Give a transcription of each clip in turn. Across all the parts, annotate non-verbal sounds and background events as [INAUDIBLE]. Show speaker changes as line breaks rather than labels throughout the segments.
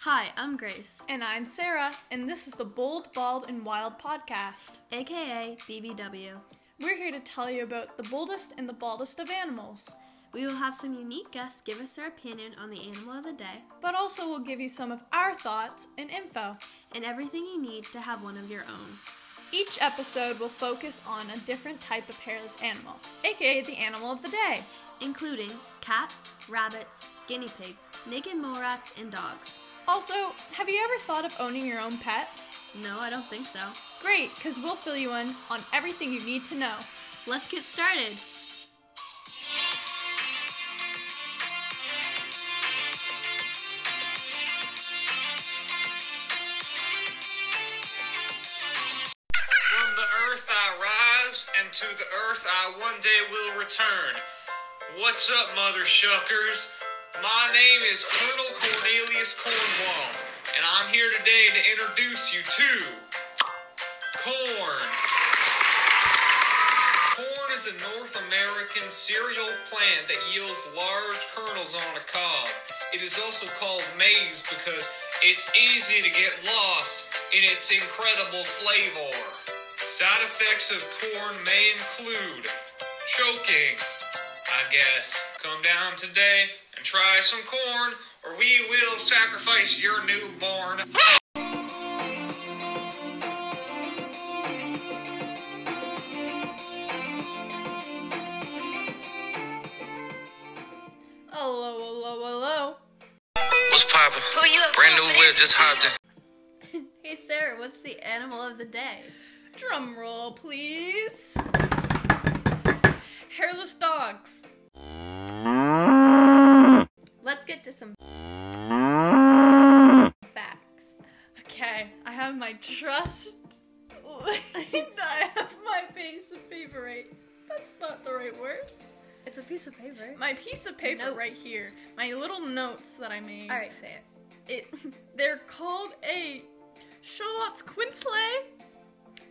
Hi, I'm Grace,
And I'm Sarah, and this is the Bold, Bald, and Wild podcast.
aka BBW.
We're here to tell you about the boldest and the baldest of animals,
We will have some unique guests give us their opinion on the animal of the day
but also we'll give you some of our thoughts and info.
and everything you need to have one of your own.
Each episode will focus on a different type of hairless animal, aka the animal of the day.
including cats, rabbits, guinea pigs, naked mole rats, and dogs.
Also, have you ever thought of owning your own pet?
No, I don't think so.
Great, because we'll fill you in on everything you need to know.
Let's get started.
From the earth I rise, and to the earth I one day will return. What's up, mother shuckers? My name is Colonel Cornelius Cornwall, and I'm here today to introduce you to corn. Corn is a North American cereal plant that yields large kernels on a cob. It is also called maize because it's easy to get lost in its incredible flavor. Side effects of corn may include choking, I guess. Come down today and try some corn, or we will sacrifice your newborn.
Hello, hello, hello.
What's poppin'?
Who
uh,
you up
Brand
to
new
for
whip,
this?
just hopped in.
Hey Sarah, what's the animal of the day?
Drum roll, please. Hairless dogs.
Let's get to some facts.
Okay, I have my trust. [LAUGHS] I have my piece of paper right. That's not the right words.
It's a piece of paper.
My piece of paper right
Notes.
here. My little notes that I made.
All right, say it.
It, [LAUGHS] they're called a Charlotte's Quinsley.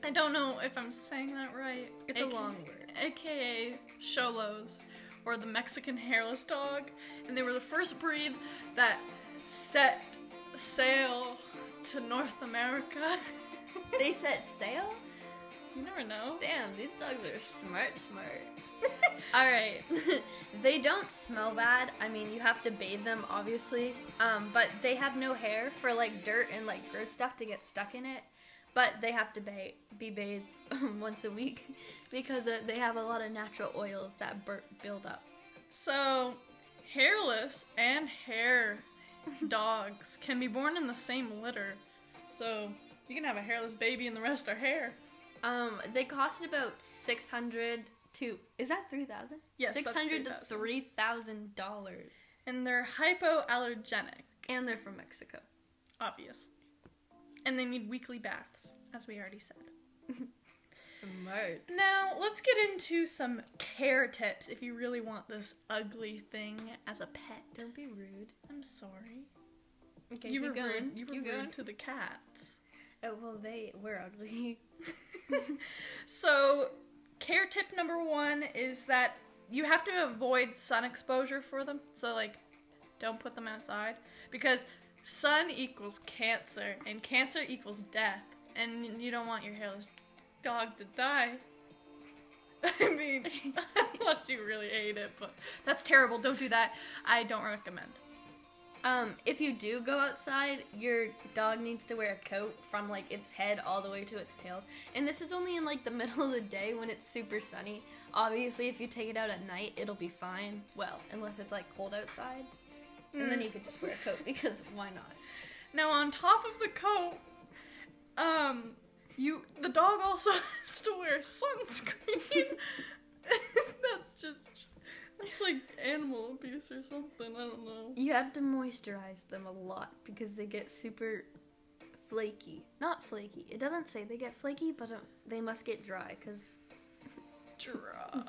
I don't know if I'm saying that right.
It's a long word.
AKA Cholos, or the Mexican hairless dog, and they were the first breed that set sail to North America. [LAUGHS]
They set sail?
you never know.
Damn, these dogs are smart, [LAUGHS] smart. All right. [LAUGHS] they don't smell bad. I mean, you have to bathe them, obviously. Um, but they have no hair for like dirt and like gross stuff to get stuck in it. But they have to ba- be bathed [LAUGHS] once a week [LAUGHS] because uh, they have a lot of natural oils that bur- build up.
So, hairless and
[LAUGHS]
hair dogs can be born in the same litter. So, you can have a hairless baby and the rest are hair.
Um, they cost about six hundred to is that three thousand?
Yes, that's
six hundred to
$3,000.
three thousand dollars,
And they're hypoallergenic,
and they're from Mexico.
obviously. And they need weekly baths, as we already said.
Smart.
Now, let's get into some care tips if you really want this ugly thing as a pet.
Don't be rude.
I'm sorry.
Okay,
you,
keep
were
going.
rude. you were
Keep
rude
going.
to the cats.
Oh, well, they were ugly. [LAUGHS]
So, care tip number one is that you have to avoid sun exposure for them. So, like, don't put them outside because sun equals cancer and cancer equals death. And you don't want your hairless dog to die. [LAUGHS] I mean, [LAUGHS] unless you really hate it, but that's terrible. Don't do that. I don't recommend.
Um, if you do go outside, your dog needs to wear a coat from like its head all the way to its tails. And this is only in like the [LAUGHS] middle of the day when it's super sunny. Obviously, if you take it out at night, it'll be fine. Well, unless it's like cold outside. And then you could just wear a coat [LAUGHS] because why not?
Now, on top of the coat, um, you the dog also [LAUGHS] has to wear sunscreen. [LAUGHS] that's just that's like animal abuse or something. I don't know.
You have to moisturize them a lot because they get super flaky. Not flaky. It doesn't say they get flaky, but um, they must get dry because
Dry.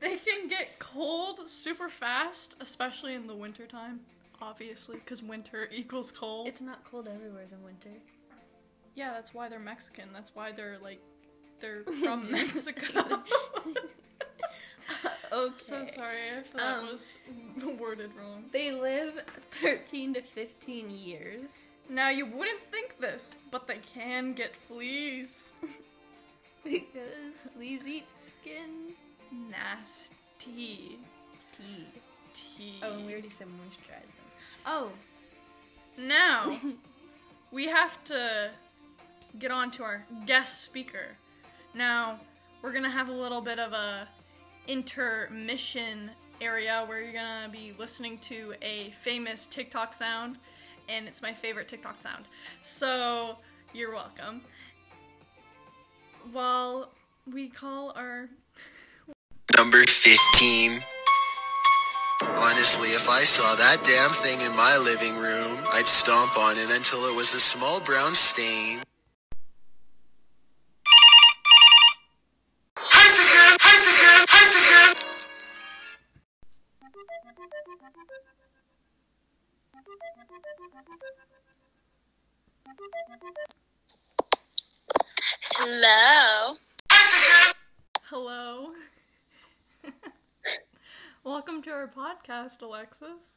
they can get cold super fast, especially in the wintertime. Obviously, because winter [LAUGHS] equals cold.
it's not cold everywhere in winter.
yeah, that's why they're Mexican.
[LAUGHS]
That's why they're like they're from Mexico.
Okay.
So sorry if that
Um,
was [LAUGHS] worded wrong.
They live 13 to 15 years. [LAUGHS]
Now you wouldn't think this, but they can get fleas.
Because fleas eat skin.
Nasty.
Tea.
Tea.
Oh, and we already said moisturizing. Oh, [LAUGHS]
Now, we have to get on to our guest speaker. Now, we're gonna have a little bit of a intermission area where you're gonna be listening to a famous TikTok sound, and it's my favorite TikTok sound. So, you're welcome. While we call our
Number 15. Honestly, if I saw that damn thing in my living room, I'd stomp on it until it was a small brown stain.
Hi, sisters! Hi, sisters! Hi, sisters!
Hello.
Hi, sisters!
hello, welcome to our podcast, Alexis.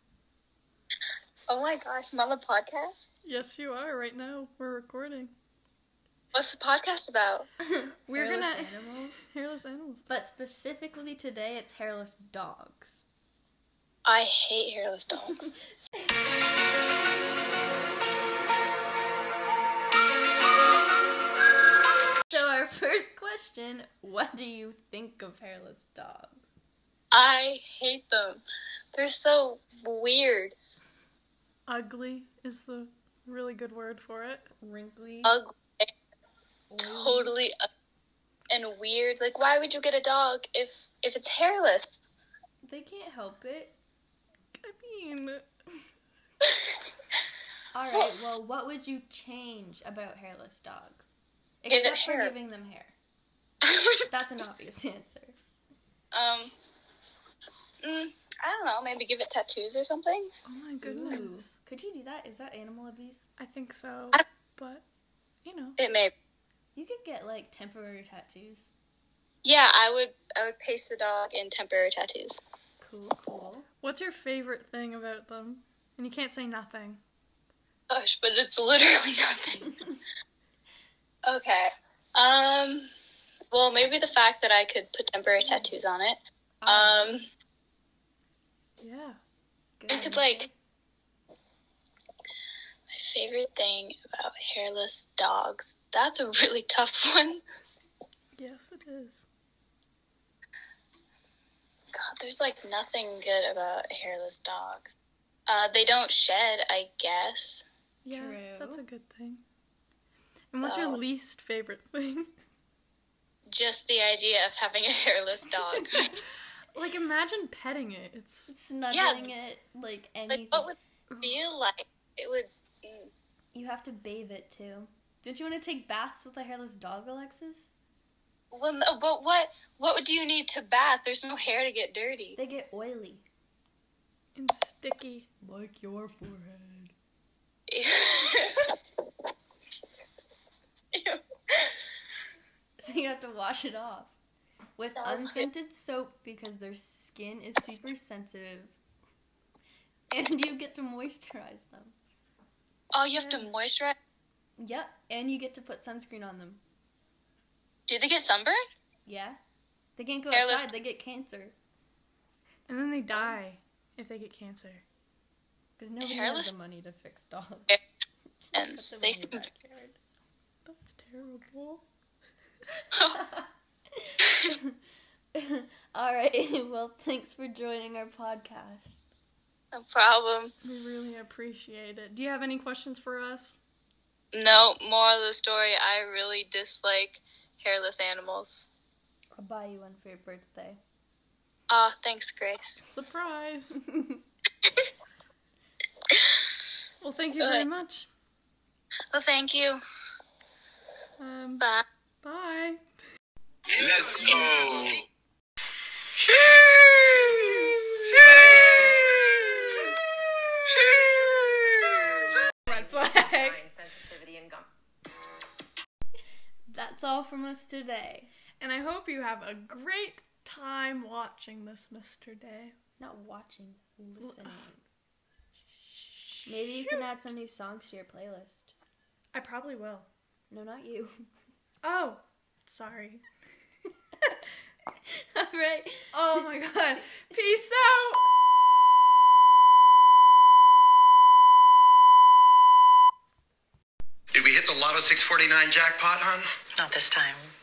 Oh my gosh, I'm on the podcast.
Yes, you are right now. We're recording.
What's the podcast about?
We're
hairless [LAUGHS]
gonna
animals.
[LAUGHS] hairless animals.
But specifically today, it's hairless dogs.
I hate hairless dogs.
So our [LAUGHS] first question: What do you think of hairless dogs?
[LAUGHS] I hate them. They're so weird,
Ugly is the really good word for it.
Wrinkly.
ugly,
oily?
totally ugly and weird. Like, why would you get a dog if if it's hairless?
They can't help it.
I mean, oh
All right. Well, what would you change about hairless dogs, except for
hair.
giving them
[LAUGHS]
hair? That's an obvious answer.
um, mm, I don't know. Maybe give it tattoos or something.
oh my goodness.
Ooh, [LAUGHS] could you do that? Is that animal abuse?
I think so, but you know,
It may.
You could get like temporary tattoos.
Yeah, I would. I would paste the dog in temporary tattoos.
Cool, cool.
what's your favorite thing about them? And you can't say nothing.
Gosh, but it's literally [LAUGHS] nothing. okay. Um. Well, maybe the fact that I could put temporary tattoos on it. Um.
Yeah.
Good.
I could like. My favorite thing about hairless dogs. That's a really tough [LAUGHS] one.
Yes, it is.
God, there's like nothing good about hairless dogs. Uh, they don't shed, I guess.
Yeah,
True.
that's a good thing. And what's your
Oh.
least favorite thing?
Just the idea of having a [LAUGHS] hairless dog.
like, imagine petting it. It's
snuggling it like anything.
like, what would it feel like? It would. mm.
you have to bathe it too. Don't you want to take baths with a hairless dog, Alexis?
Well, no, but what what do you need to bath? There's no hair to get dirty. [LAUGHS]
They get oily.
and sticky.
Like your forehead.
Ew.
[LAUGHS] So you have to wash it off with
Dogs get-
unscented soap because their skin is super sensitive. And you get to moisturize them.
Oh, you have to moisturize.
Yep, and you get to put sunscreen on them.
Do they get sunburn?
Yeah? They can't go
Hairless-
outside, they get cancer.
And then they die if they get cancer.
Because nobody
Hairless-
has the money to fix [LAUGHS] dogs.
And
Put them
they
in
seem
your backyard.
That's terrible.
All right. [LAUGHS] Well, thanks for joining our podcast.
[LAUGHS] no problem.
We really appreciate it. Do you have any questions for us?
No, moral of the story. I really dislike hairless animals.
I'll buy you one for your birthday. [LAUGHS]
Ah, thanks, Grace.
Surprise! well, thank you very
Good.
much.
Well, thank you.
Um,
Bye.
bye.
Let's go. Shoo!
Red flag.
Time sensitivity and gum.
That's all from us today.
And I hope you have a great time watching this, Mr. Day.
Not watching, listening. Maybe you can add some new songs to your playlist.
I probably will.
No, not you. [LAUGHS]
Oh, sorry.
All right.
Oh my [LAUGHS] god. Peace out.
Did we hit the Lotto 649 jackpot, hon?
Not this time.